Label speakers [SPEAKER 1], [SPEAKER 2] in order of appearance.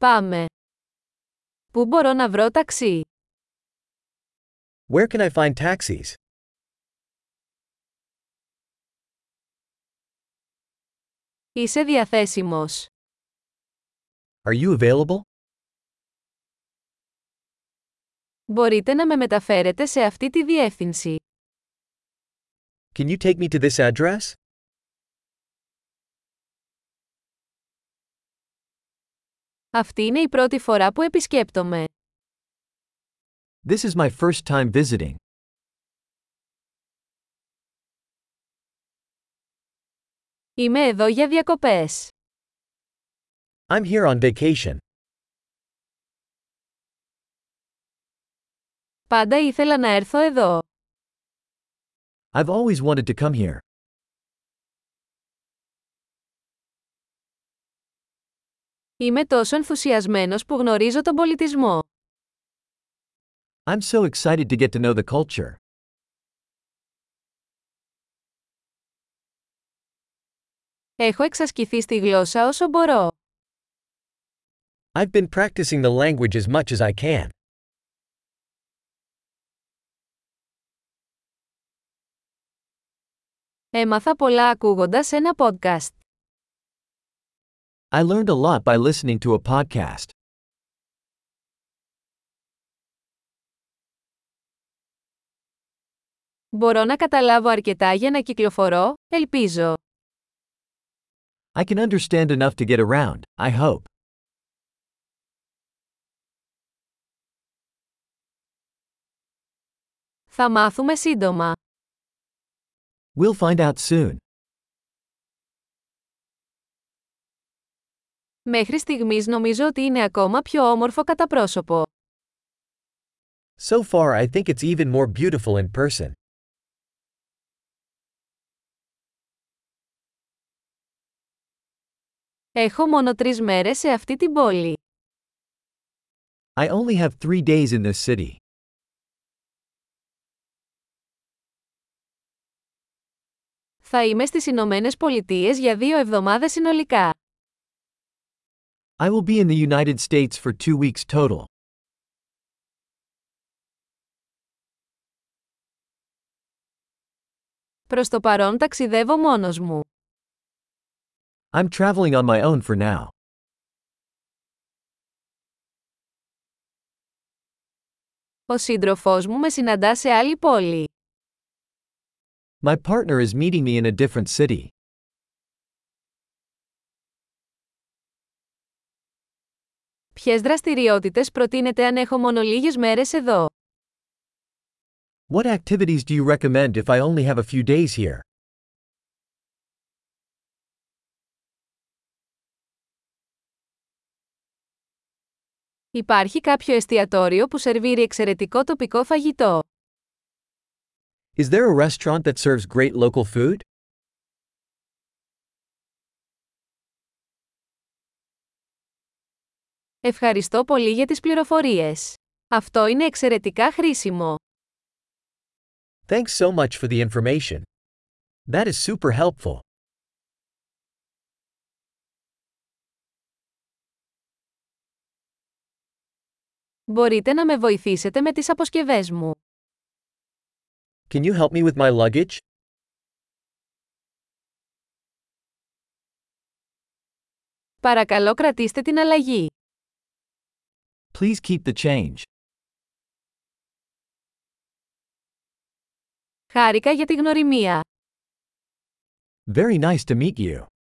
[SPEAKER 1] Πάμε. Πού μπορώ να βρω ταξί?
[SPEAKER 2] Where can I find taxis?
[SPEAKER 1] Είσαι διαθέσιμος.
[SPEAKER 2] Are you available?
[SPEAKER 1] Μπορείτε να με μεταφέρετε σε αυτή τη διεύθυνση.
[SPEAKER 2] Can you take me to this address?
[SPEAKER 1] Αυτή είναι η πρώτη φορά που επισκέπτομαι.
[SPEAKER 2] This is my first time visiting.
[SPEAKER 1] Είμαι εδώ για διακοπές.
[SPEAKER 2] I'm here on vacation.
[SPEAKER 1] Πάντα ήθελα να έρθω εδώ.
[SPEAKER 2] I've always wanted to come here.
[SPEAKER 1] Είμαι τόσο ενθουσιασμένος που γνωρίζω τον πολιτισμό.
[SPEAKER 2] I'm so excited to get to know the culture.
[SPEAKER 1] Έχω εξασκηθεί στη γλώσσα όσο μπορώ.
[SPEAKER 2] I've been practicing the language as much as I can.
[SPEAKER 1] Έμαθα πολλά ακούγοντας ένα podcast.
[SPEAKER 2] I learned a lot by listening to a podcast.
[SPEAKER 1] Μπορώ να καταλάβω αρκετά για να κυκλοφορώ, ελπίζω.
[SPEAKER 2] I can understand enough to get around, I hope.
[SPEAKER 1] Θα μάθουμε σύντομα.
[SPEAKER 2] We'll find out soon.
[SPEAKER 1] Μέχρι στιγμής νομίζω ότι είναι ακόμα πιο όμορφο κατά πρόσωπο.
[SPEAKER 2] So far, I think it's even more beautiful in person.
[SPEAKER 1] Έχω μόνο τρεις μέρες σε αυτή την πόλη.
[SPEAKER 2] I only have three days in this city.
[SPEAKER 1] Θα είμαι στις Ηνωμένες Πολιτείες για δύο εβδομάδες συνολικά.
[SPEAKER 2] I will be in the United States for two weeks total.
[SPEAKER 1] Προς το παρόν ταξιδεύω μόνος μου.
[SPEAKER 2] I'm traveling on my own for now.
[SPEAKER 1] Ο σύντροφός μου με συναντά σε άλλη πόλη.
[SPEAKER 2] My partner is meeting me in a different city.
[SPEAKER 1] Ποιες δραστηριότητες προτείνετε αν έχω μόνο λίγες μέρες εδώ.
[SPEAKER 2] What activities do you recommend if I only have a few days here?
[SPEAKER 1] Υπάρχει κάποιο εστιατόριο που σερβίρει εξαιρετικό τοπικό φαγητό.
[SPEAKER 2] Is there a restaurant that serves great local food?
[SPEAKER 1] Ευχαριστώ πολύ για τις πληροφορίες. Αυτό είναι εξαιρετικά χρήσιμο.
[SPEAKER 2] Thanks so much for the information. That is super helpful.
[SPEAKER 1] Μπορείτε να με βοηθήσετε με τις αποσκευές μου.
[SPEAKER 2] Can you help me with my luggage?
[SPEAKER 1] Παρακαλώ κρατήστε την αλλαγή.
[SPEAKER 2] Please keep the change.
[SPEAKER 1] Χάρηκα για τη γνωριμία.
[SPEAKER 2] Very nice to meet you.